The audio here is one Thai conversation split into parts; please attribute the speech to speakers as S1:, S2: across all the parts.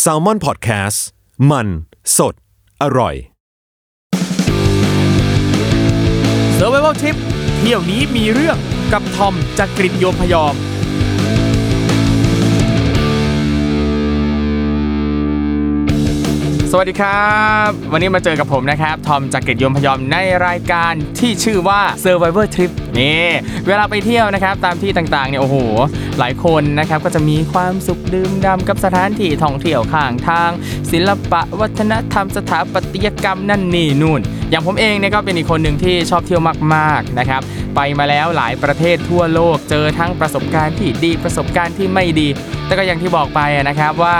S1: แซลมอนพอดแคสต์มันสดอร่อย
S2: s u r v i v a l Trip เที่ยวนี้มีเรื่องกับทอมจากกริฑโยมพยอม สวัสดีครับ วันนี้มาเจอกับผมนะครับ ทอมจากกริฑโยมพยอมในรายการที่ชื่อว่า Survivor Trip นี่เวลาไปเที่ยวนะครับ ตามที่ต่างๆเนี่ยโอ้โห หลายคนนะครับก็จะมีความสุขดื่มด่ำกับสถานที่ท่องเที่ยวข้างทาง ศิลปะวัฒนธรรมสถาปัตยกรรมนั่นนี่นู่น อย่างผมเองเนี่ยก็เป็นอีกคนหนึ่งที่ชอบเที่ยวมากๆนะครับ ไปมาแล้วหลายประเทศทั่วโลกเจอทั้งประสบการณ์ที่ดีประสบการณ์ที่ไม่ดี แต่ก็อย่างที่บอกไปอะนะครับว่า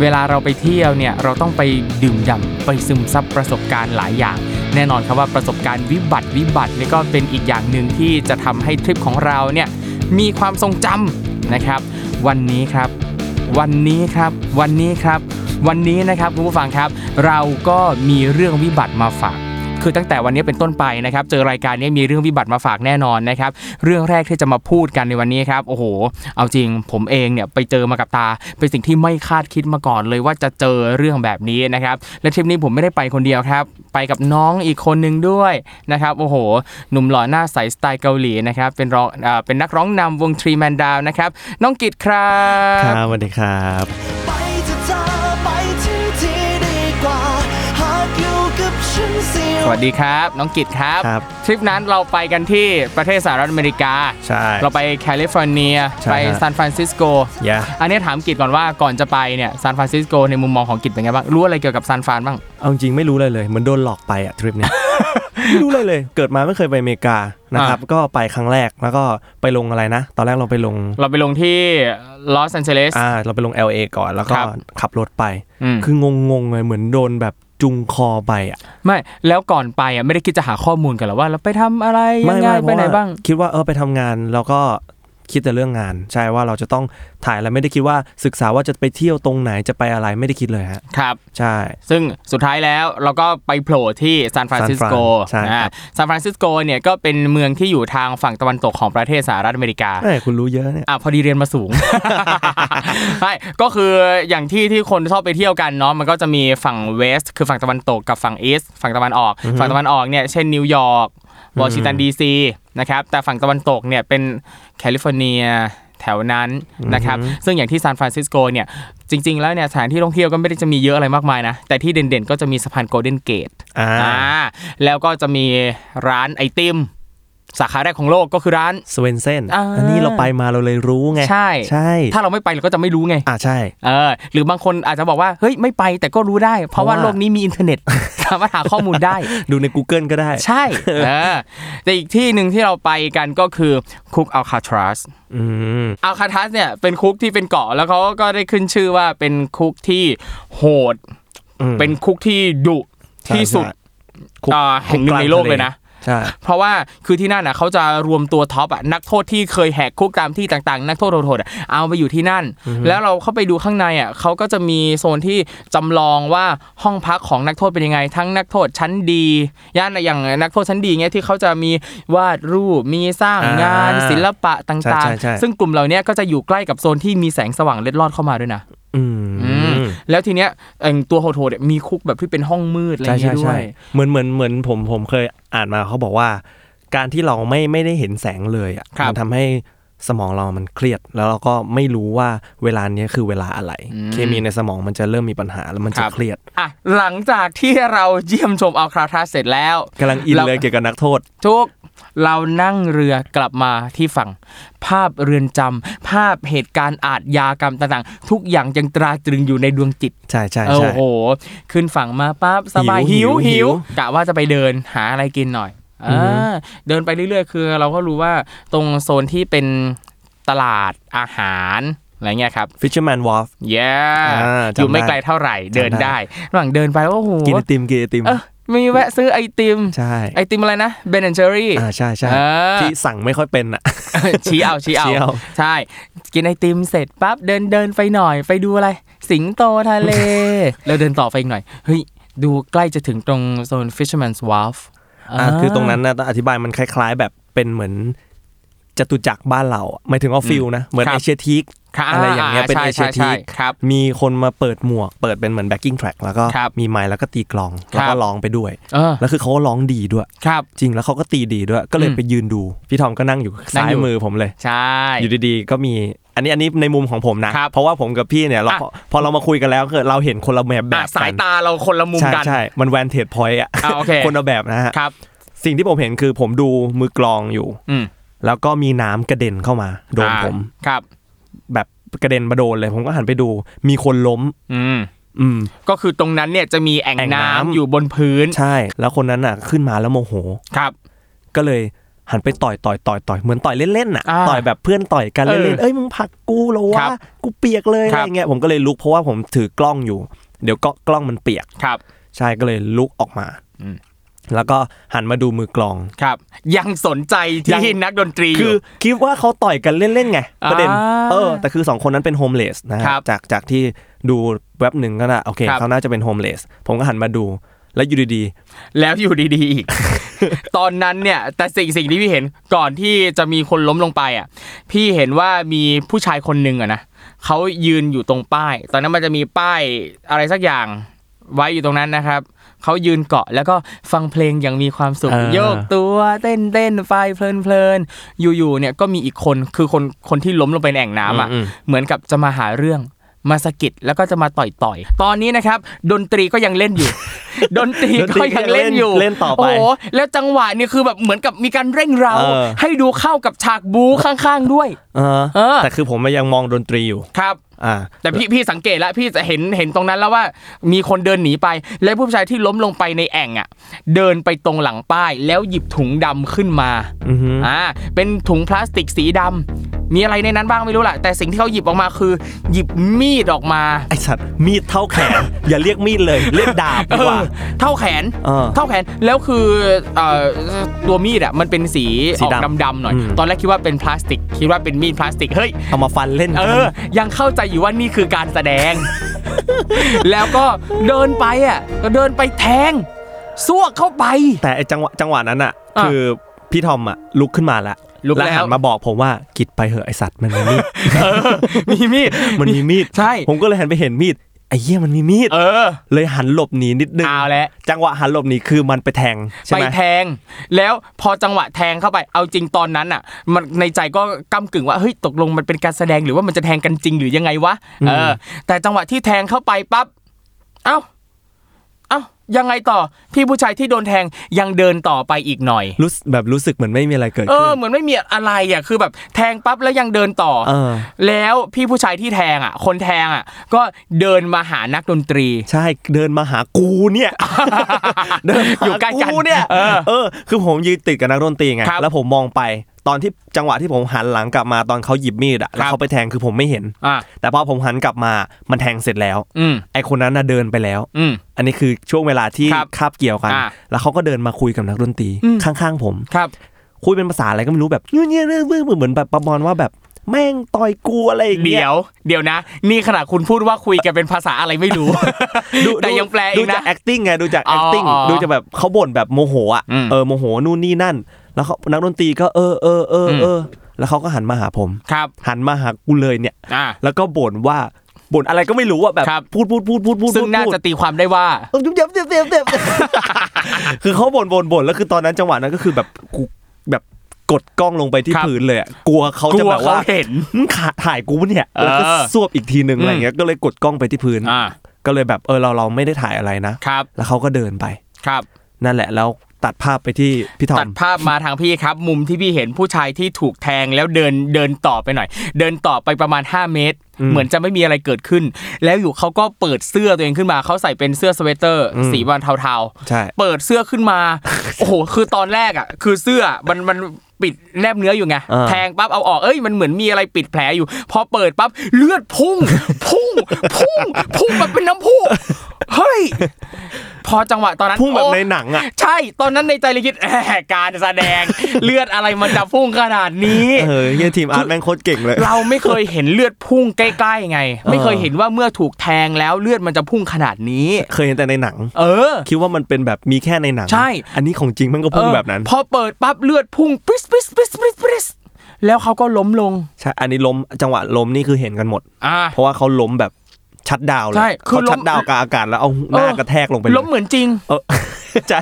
S2: เวลาเราไปเที่ยวเนี่ยเราต้องไปดื่มด่ำไปซึมซับประสบการณ์หลายอย่าง แน่นอนครับว่าประสบการณ์วิบัติวิบัตินี่ก็เป็นอีกอย่างหนึ่งที่จะทำให้ทริปของเราเนี่ยมีความทรงจำนะครับ วันนี้ครับ วันนี้ครับวันนี้ครับ วันนี้นะครับคุณผู้ฟังครับ เราก็มีเรื่องวิบัติมาฝาก คือตั้งแต่วันนี้เป็นต้นไปนะครับ เจอรายการนี้มีเรื่องวิบัติมาฝากแน่นอนนะครับ เรื่องแรกที่จะมาพูดกันในวันนี้ครับ โอ้โห เอาจริงผมเองเนี่ยไปเจอมากับตา เป็นสิ่งที่ไม่คาดคิดมาก่อนเลยว่าจะเจอเรื่องแบบนี้นะครับ และทริปนี้ผมไม่ได้ไปคนเดียวครับ ไปกับน้องอีกคนหนึ่งด้วยนะครับ โอ้โห หนุ่มหล่อหน้าใสสไตล์เกาหลีนะครับ เป็นร้องเอ่อเป็นนักร้องนำวงทรีแมนดาวนะครับ น้องกิตครับ
S3: ครับสวัสดีครับ
S4: ไปจะเธอไปที่ที่ดีกว่า หากอยู่กับฉันเสีย
S2: สวัสดีครับ น้องกิตครับ
S3: ครับ
S2: ทริปนั้นเราไปกันที่ประเทศสหรัฐอเมริกา
S3: ใช่
S2: เราไปแคลิฟอร์เนีย
S3: ใช่
S2: ไป
S3: ฮะ
S2: ซานฟรานซิสโก
S3: อย่า
S2: อันนี้ถามกิจก่อนว่าก่อนจะไปเนี่ยซานฟรานซิสโกในมุมมองของกิจเป็นไงบ้าง รู้อะไรเกี่ยวกับซานฟรานบ้าง
S3: เอาจริงไม่รู้เลยเลยเหมือนโดนหลอกไปอะทริป เนี้ย ไม่รู้เลยเลย เกิดมาไม่เคยไปอเมริกานะครับ ก็ไปครั้งแรกแล้วก็ไปลงอะไรนะ ตอนแรกเราไปลง
S2: เราไปลงที่ลอสแอนเจลิส
S3: อ่า เราไปลง LA ก่อนแล้วก็
S2: ครับ
S3: ขับรถไป
S2: อืม
S3: คืองงงๆเลยเหมือนโดนแบบจุงคอไปอะ
S2: ไม่แล้วก่อนไปอ่ะไม่ได้คิดจะหาข้อมูลกันหรอว่าเราไปทำอะไรยังไงไปไหนบ้าง
S3: คิดว่าเออไปทำงานแล้วก็คิดแต่เรื่องงาน ใช่ว่าเราจะต้องถ่ายอะไรไม่ได้คิดว่าศึกษาว่าจะไปเที่ยวตรงไหนจะไปอะไรไม่ได้คิดเลยฮะ
S2: ครับ
S3: ใช่
S2: ซึ่งสุดท้ายแล้วเราก็ไปโผล่ที่ซานฟรานซิสโก
S3: ซานฟรานใช่ครับ
S2: ซานฟรานซิสโกเนี่ยก็เป็นเมืองที่อยู่ทางฝั่งตะวันตกของประเทศสหรัฐอเมริกา
S3: แม่คุณรู้เยอะเนี่ย
S2: อ่ะพอดีเรียนมาสูง ใช่ก็คืออย่างที่ที่คนชอบไปเที่ยวกันเนาะมันก็จะมีฝั่งเวสต์คือฝั่งตะวันตกกับฝั่งอีสต์ฝั่งตะวันออก ฝั่งตะวันออกเนี่ยเช่นนิวยอร์กวอชิงตันดีซีนะครับแต่ฝั่งตะวันตกเนี่ยเป็นแคลิฟอร์เนียแถวนั้นนะครับซึ่งอย่างที่ซานฟรานซิสโกเนี่ยจริง ๆ แล้วเนี่ยสถานที่ท่องเที่ยวก็ไม่ได้จะมีเยอะอะไรมากมายนะ แต่ที่เด่นๆ ก็จะมีสะพานโกลเด้นเกต
S3: อ่า
S2: อ่าแล้วก็จะมีร้านไอติม สาขาแรกของโลกก็คือร้าน
S3: สเวนเซน
S2: อ่า
S3: อันนี้เราไปมาเราเลยรู้ไง
S2: ใช่
S3: ใช่
S2: ถ้าเราไม่ไปเราก็จะไม่รู้ไง
S3: อ่าใช่
S2: เออหรือบางคนอาจจะบอกว่าเฮ้ยไม่ไปแต่ก็รู้ได้ เพราะว่า
S3: เพราะว่า
S2: โลกนี้มีอินเทอร์เน็ต สามารถหาข้อมูล ได้
S3: ดูใน Google ก็ได้
S2: ใช่เออแต่อีกที่หนึ่งที่เราไปกันก็คือคุกอัลคาทรัส
S3: อืม
S2: อัลคาทรัสเนี่ยเป็นคุกที่เป็นเกาะแล้วเขาก็ได้ขึ้นชื่อว่าเป็นคุกที่โหด
S3: อืม
S2: เป็นคุกที่ดุ
S3: ใช่
S2: ที่สุด
S3: ใช่คุก
S2: อ่าแห่งหนึ่งในโลกเลยนะ
S3: ใช่
S2: เพราะว่าคือที่นั่นน่ะเขาจะรวมตัวท็อปอะนักโทษที่เคยแหกคุกตามที่ต่างๆ นักโทษโหดๆอะเอาไปอยู่ที่นั่น แล้วเราเข้าไปดูข้างในอะเขาก็จะมีโซนที่จำลองว่าห้องพักของนักโทษเป็นยังไง ทั้งนักโทษชั้นดีย่านอย่างนักโทษชั้นดีเงี้ยที่เขาจะมีวาดรูปมีสร้างงาน
S3: อ่า
S2: ศิลปะต่าง
S3: ใช่ใช่ใช่
S2: ๆ ซึ่งกลุ่มเหล่าเนี้ยก็จะอยู่ใกล้กับโซนที่มีแสงสว่างเล็ดลอดเข้ามาด้วยนะ
S3: อื
S2: อืม
S3: ม
S2: แล้วทีเนี้ยเอิ่งตัวโหดๆเนี่ยมีคุกแบบที่เป็นห้องมืดอะไรอ
S3: ใช่
S2: ย่างเงี้ยด้ว
S3: ใช่ใช่
S2: ย
S3: เหมือนเหมือนเหมือนผมผมเคยอ่านมาเขาบอกว่า การที่เราไม่ไม่ได้เห็นแสงเลยอ่ะ
S2: ครับ
S3: มัทำให้สมองเรามันเครียด แล้วเราก็ไม่รู้ว่าเวลาเนี้ยคือเวลาอะไร
S2: อืม
S3: เคมีในสมองมันจะเริ่มมีปัญหาแล้วมัน
S2: ค
S3: จะ
S2: รับ
S3: เครียด
S2: อ่ะหลังจากที่เราเยี่ยมชมอัลคาทรัสเสร็จแล้ว
S3: กำลังอิน
S2: เรา
S3: เลยเกี่ยวกับนักโทษ
S2: ทุกเรานั่งเรือกลับมาที่ฝั่ง ภาพเรือนจำภาพเหตุการณ์อาทยากรรมต่างๆ ทุกอย่างยังตราตรึงอยู่ในดวงจิต
S3: ใช่ใช่
S2: โอ้
S3: ใช่
S2: โห ขึ้นฝั่งมาปั๊บสบาย
S3: หิ
S2: หิว
S3: วหิ
S2: หิว
S3: ว
S2: กะว่าจะไปเดินหาอะไรกินหน่อย
S3: อือฮึ
S2: อ่าเดินไปเรื่อยๆ คือเราก็รู้ว่าตรงโซนที่เป็นตลาดอาหาร อะไรเงี้ยครับ
S3: Fisherman Wharf
S2: เย้
S3: อ่าจำ
S2: อ
S3: ได้
S2: ยู่ไม่ไกลเท่าไหร่เดิน
S3: จำได้
S2: ได้ ระหว่างเดินไปโอ้โห
S3: กินไอติมกินไอติม
S2: เออมีแวะซื้อไอติม
S3: ใช่
S2: ไอติมอะไรนะเบนแอนเจอรี่
S3: อ่าใช่ใช่
S2: เออ
S3: ที่สั่งไม่ค่อยเป็นอ่ะ
S2: ชี้เอาชี้
S3: ชี้
S2: เอา
S3: เอา
S2: ใช่ กินไอติมเสร็จปั๊บเดินเดินไปหน่อย ไปดูอะไร สิงโต ทะเล แล้วเดินต่อไปอีกหน่อย เฮ้ย ดูใกล้จะถึงตรงโซน Fisherman's Wharf
S3: อ่ะคือตรงนั้นนะต้องอธิบายมันคล้าย ๆ แบบเป็นเหมือนจตุจักรบ้านเราอะหมายถึงออฟฟิลนะ เหมือน
S2: ครับ
S3: เอเชียทีค
S2: คบ
S3: อะไรอย่างเงี้ยเป็น
S2: ใช่ใช่
S3: HRT
S2: ใช่ครับ
S3: มีคนมาเปิดหมวก เปิดเป็นเหมือนแบ็กกิ้งแทร็กแล้วก็
S2: ครับ
S3: มีไม้แล้วก็ตีกลอง แล้ว
S2: ครั
S3: ก็
S2: บ
S3: ร้องไปด้วย
S2: เออ
S3: แล้วคือเขาก็ร้องดีด้วย
S2: ครับ
S3: จริงแล้วเขาก็ตีดีด้วย ก็เลย
S2: อืม
S3: ไปยืนดู พี่ทอมก็นั่งอยู่
S2: นั่
S3: ซ้างย
S2: อยู่
S3: มือผมเลย
S2: ใช่
S3: อยู่ดีๆ ก็มี อันนี้อันนี้ในมุมของผมนะ
S2: ครับ
S3: เพราะว่าผมกับพี่เนี่ยเรา
S2: อ่ะ
S3: พอพอเรามาคุยกันแล้วคือเราเห็นคนละแบบแบ
S2: อ่ะ
S3: บ
S2: สาย
S3: กัน
S2: ตาเราคนละมุม
S3: ใช่
S2: กัน
S3: ใช่มันแวนเทจพอยต์อะ
S2: อ่ะโอเค
S3: คนละแบบนะฮะ
S2: ครับ
S3: สิ่งที่ผมเห็นคือผมดูมือกลองอยู่
S2: อืม
S3: แล้วก็มีน้ำกระเด็นเข้ามาโดน
S2: อ่า
S3: ผม
S2: ครับ
S3: แบบกระเด็นมาโดนเลยผมก็หันไปดู มีคนล้ม
S2: อืม
S3: อืม
S2: ก็คือตรงนั้นเนี่ยจะมีแอ่ง
S3: แอ่ง
S2: น้ำ
S3: น้ำ
S2: อยู่บนพื้น
S3: ใช่ แล้วคนนั้นอ่ะ ขึ้นมาแล้วโมโห
S2: ครับ
S3: ก็เลยหันไปต่อยต่อยต่อยต่อยเหมือนต่อยเล่นๆน่ะ
S2: อ่า
S3: ต่อยแบบเพื่อนต่อยกัน
S2: เออ
S3: เล่นๆเอ้ยมึงผลักกูเหรอ
S2: ครั
S3: วะ
S2: บ
S3: กูเปียกเลย
S2: ค
S3: อะ
S2: รับ
S3: ไรเงี้ยผมก็เลยลุกเพราะว่าผมถือกล้องอยู่ เดี๋ยวก็กล้องมันเปียก
S2: ครับ
S3: ใช่ก็เลยลุกออกมา
S2: อืม
S3: แล้วก็หันมาดูมือกลอง
S2: ครับ ยังสนใจ
S3: ยั
S2: ที่
S3: ง
S2: นักดนตรีอ
S3: คื
S2: ยู่
S3: อคิดว่าเขาต่อยกันเล่นๆไงประเด็น
S2: อ่า
S3: เออแต่คือสองคนนั้นเป็นโฮมเลสนะฮะ
S2: ครับ
S3: จากจากที่ดูเว็บหนึ่งก็นะโอเค
S2: ครับ
S3: เขาน่าจะเป็นโฮมเลสผมก็หันมาดูแล้วอยู่ดีๆ
S2: แล้วอยู่ดี ๆอีก ตอนนั้นเนี่ย แต่สิ่งสิ่งที่พี่เห็นก่อนที่จะมีคนล้มลงไปอ่ะ พี่เห็นว่ามีผู้ชายคนหนึ่งอ่ะนะเขายืนอยู่ตรงป้าย ตอนนั้นมันจะมีป้ายอะไรสักอย่าง ไว้อยู่ตรงนั้นนะครับเขายืนเกาะแล้วก็ฟังเพลงอย่างมีความสุข
S3: อ่า
S2: โยกตัวเต้นเต้นไปเพลินเพลินๆอยู่ๆเนี่ยก็มีอีกคนคือคนคนที่ล้มลงไปในแอ่งน้ำอ่ะ เหมือนกับจะมาหาเรื่องมาสะกิดแล้วก็จะมาต่อยต่อยๆตอนนี้นะครับ ดนตรีก็ยังเล่นอยู่ ดนตรีก็ยังเล่นอยู่
S3: เล่นต่อไป
S2: โอ้โหแล้วจังหวะนี่คือแบบเหมือนกับมีการเร่งเร้า
S3: เออ
S2: ให้ดูเข้ากับฉากบู๊ ข้างๆด้วย
S3: เออ
S2: เออ
S3: แต่คือผมยังมองดนตรีอยู่
S2: ครับ
S3: อ่า
S2: แต่พี่พี่สังเกตแล้วพี่จะเห็นเห็นตรงนั้นแล้วว่ามีคนเดินหนีไป และผู้ชายที่ล้มลงไปในแอ่งอ่ะ เดินไปตรงหลังป้าย แล้วหยิบถุงดำขึ้นมา
S3: อือฮึ
S2: อ่า เป็นถุงพลาสติกสีดำ มีอะไรในนั้นบ้างไม่รู้แหละ แต่สิ่งที่เขาหยิบออกมาคือ หยิบมีดออกมา
S3: ไอสัตว์มีดเท่าแขน อย่าเรียกมีดเลยเรียกดาบดีกว่า
S2: เออเท่าแขน
S3: เออ
S2: เท่าแขน แล้วคือเอ่อตัวมีดอ่ะมันเป็นสี
S3: สี
S2: ออก
S3: ดำ
S2: ดำๆหน่อย
S3: อืม
S2: ตอนแรกคิดว่าเป็นพลาสติก คิดว่าเป็นมีดพลาสติก เฮ้ย
S3: เอามาฟันเล่น
S2: เอ
S3: กัน
S2: อ ยังเข้าใจอยู่ว่านี่คือการแสด ง แล้วก็เดินไปอ่ะ ก็เดินไปแทงซวกเข้าไป
S3: แต่ไอจังหวะจังหวะนั้นอ่ะ
S2: อ่ะ
S3: คือพี่ทอมอ่ะลุกขึ้นมาละ
S2: ลุกแล้ว
S3: หันมาบอกผมว่ากิดไปเหอะไอสัตว์มันมี มีด
S2: เออ มีมี ด
S3: มันมีมีด
S2: ใช่
S3: ผมก็เลยหันไปเห็นมีดไอเหี้ยมันมีมีด
S2: เออ
S3: เลยหันหลบหนีนิดนึง
S2: เอาแล้ว
S3: จังหวะหันหลบหนีคือมันไปแทงใช่
S2: ไป
S3: ไหม
S2: แทง แล้วพอจังหวะแทงเข้าไป เอาจริงตอนนั้นอ่ะ มันในใจก็ก้ากึ่งว่าเฮ้ยตกลงมันเป็นการแสดงหรือว่ามันจะแทงกันจริงหรือยังไงวะเออ แต่จังหวะที่แทงเข้าไปปั๊บเอ้าเอ้ายังไงต่อพี่ผู้ชายที่โดนแทงยังเดินต่อไปอีกหน่อย
S3: รู้สึกแบบรู้สึกเหมือนไม่มีอะไรเกิด
S2: เอ
S3: ขึ้
S2: อน เหมือนไม่มีอะไรอ่ะคือแบบแทงปั๊บแล้วยังเดินต่อ
S3: เออ
S2: แล้วพี่ผู้ชายที่แทงอ่ะ คนแทงอ่ะ ก็เดินมาหานักดนตรี
S3: ใช่เดินมาหากูเนี่ย เดินมา
S2: อยู่ใกล้
S3: หา
S2: กัน
S3: กูเนี่ย
S2: เออ
S3: เออ คือผมยืนติดกับนักดนตรีไง
S2: ครับ
S3: แล้วผมมองไปตอนที่จังหวะที่ผมหันหลังกลับมาตอนเขาหยิบมีดอะแล้
S2: ค
S3: ว
S2: รับ
S3: เขาไปแทงคือผมไม่เห็น
S2: อ่ะ
S3: แต่พอผมหันกลับมามันแทงเสร็จแล้ว
S2: อืม
S3: ไอคนนั้นน่ะเดินไปแล้ว
S2: อืม
S3: อันนี้คือช่วงเวลาที่
S2: ครับ
S3: คาบเกี่ยวกัน
S2: อ่า
S3: แล้วเขาก็เดินมาคุยกับนักดนตรี
S2: อืม
S3: ข้างๆ ผม
S2: ครับ
S3: คุยเป็นภาษาอะไรก็ไม่รู้แบบเนี่ยเนี่ยเรื่องเรื่องเหมือนแบบประมาณว่าแบบแม่งต่อยกูอะไรอย่างเงี้
S2: เดี๋
S3: ย
S2: ยวเดี๋ยวนะ นี่ขนาดคุณพูดว่าคุยกันเป็นภาษาอะไรไม่รู้
S3: ดู
S2: แต่ยังแปลเอ
S3: ดู
S2: ง
S3: จา
S2: นะ
S3: ก acting ไงดูจาก
S2: อ๋อ
S3: acting
S2: อ๋อ
S3: ดูจะแบบเขาบ่นแบบโมโหอ่ะ
S2: อืม
S3: เออโมโหนู่นนี่นั่น แล้วเขานักดนตรีก็เออเออเออ
S2: อืม
S3: เออแล้วเขาก็หันมาหาผม
S2: ครับ
S3: หันมาหากูเลยเนี่ย
S2: อ่า
S3: แล้วก็บ่นว่าบ่นอะไรก็ไม่รู้อ่ะแบบ
S2: ครับ
S3: พูดพูดพูดพูดพูด
S2: ซึ่งน่า
S3: พูด
S2: จะตีความได้ว่า
S3: เออเจ็บเจ็บเจ็บเจ็บ คือเขาบ่นบ่นบ่นแล้วคือตอนนั้นจังหวะนั้นก็คือแบบกูแบบกดกล้องลงไปที่
S2: ครับ
S3: พื้นเลยอะกลัวเขา
S2: กลั
S3: จะ
S2: ว
S3: แบบ
S2: เขา
S3: ว่า
S2: เห็น
S3: มึงขา ถ่ายกูปะเนี่ยแล้วก็
S2: เออ
S3: ซวบอีกทีหนึ่งอะไรอย่างเงี้ยก็เลยกดกล้องไปที่พื้น
S2: อ่า
S3: ก็เลยแบบเออเราเราไม่ได้ถ่ายอะไรนะ
S2: ครับ
S3: แล้วเขาก็เดินไป
S2: ครับ
S3: นั่นแหละแล้ว ตัดภาพไปที่พี่ทอ
S2: ตัด
S3: ม
S2: ภาพมาทางพี่ครับ มุมที่พี่เห็นผู้ชายที่ถูกแทงแล้วเดินเดินต่อไปหน่อย เดินต่อไปประมาณ 5 เมตร เหมือนจะไม่มีอะไรเกิดขึ้น แล้วอยู่เขาก็เปิดเสื้อตัวเองขึ้นมาเขาใส่เป็นเสื้อสเวตเตอร์ สีบอลเทาๆ
S3: ใช่
S2: เปิดเสื้อขึ้น มา โอ้โหคือตอนแรกอ่ะ คือเสื้อมันมันปิดแนบเนื้ออยู่ไง
S3: อ่า
S2: แทงปั๊บเอาออกเอ้ยมันเหมือนมีอะไรปิดแผลอยู่ พอเปิดปั๊บเลือดพุ่ง พุ่ง พุ่งพุ่งแบบเป็นน้ำพุเฮ้ยพอจังหวะตอนนั้น
S3: พุ่งแบบ
S2: โอ้
S3: ในหนังอ่ะ
S2: ใช่ ตอนนั้นในใจเลยคิดแหมการแสดง เลือดอะไรมันจะพุ่งขนาดนี้
S3: เออเฮียทีมอาร์ตแม่งโคตรเก่งเลย
S2: เราไม่เคยเห็นเลือดพุ่งใกล้ๆไง ไม่เคยเห็นว่าเมื่อถูกแทงแล้วเลือดมันจะพุ่งขนาดนี้
S3: เคยเห็นแต่ในหนัง
S2: เออ
S3: คิดว่ามันเป็นแบบมีแค่ในหนัง
S2: ใช่
S3: อันนี้ของจริงมันก็พุ่งแบบนั้น
S2: เออพอเปิดปั๊บเลือดพุ่งปริสปริสปริสปริสปริสแล้วเขาก็ล้มลง
S3: ใช่อันนี้ล้มจังหวะล้มนี่คือเห็นกันหมด
S2: อ่า
S3: เพราะว่าเขาล้มแบบชัดดาวน์เลย
S2: ใช่คือ
S3: เขา
S2: ล้ม
S3: ชัดดาวน์กลางอากาศแล้วเอาหน้ากระแทกลงไปเลย
S2: ล้มเหมือนจริง
S3: เออ ใช่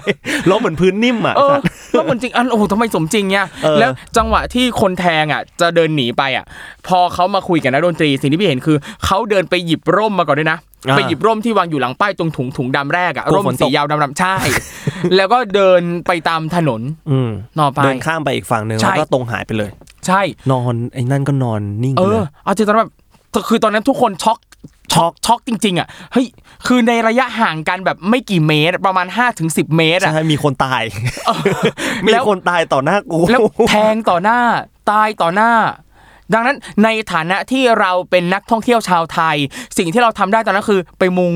S3: ล้มเหมือนพื้นนิ่มอ่ะ
S2: เออแล้วมันจริงอันโอ้โหทำไมสมจริงเนี่ย
S3: เออ
S2: แล้วจังหวะที่คนแทงอ่ะ จะเดินหนีไปอ่ะ พอเขามาคุยกับนักดนตรีสิ่งที่พี่เห็นคือเขาเดินไปหยิบร่มมาก่อนด้วยนะ
S3: อ่า
S2: ไปหยิบร่มที่วางอยู่หลังป้ายตรงถุงถุงดำแรกอ่ะ
S3: กลัว
S2: ร่ม
S3: ฝนตก
S2: สียาวดำๆใช่ แล้วก็เดินไปตามถนน
S3: อืม
S2: นอไป
S3: เดินข้ามไปอีกฝั่งหนึ่ง
S2: ใช่
S3: แล้วก็ตรงหายไปเลย
S2: ใช่
S3: นอนไอ้นั่นก็นอนนิ่ง
S2: เอ
S3: ไปเล
S2: อย เอาจริงตอนนั้นแบบคือตอนนั้นทุกคนช็อกช็อกช็อกจริง ๆ อ่ะเฮ้ยคือในระยะห่างกันแบบไม่กี่เมตรประมาณ5-10ถึงเมตรอ่ะ
S3: ใช่ มีคนตาย มี
S2: แล้ว
S3: คนตายต่อหน้ากู
S2: แล้วแทงต่อหน้าตายต่อหน้า ดังนั้นในฐานะที่เราเป็นนักท่องเที่ยวชาวไทย สิ่งที่เราทำได้ตอนนั้นคือไป มุง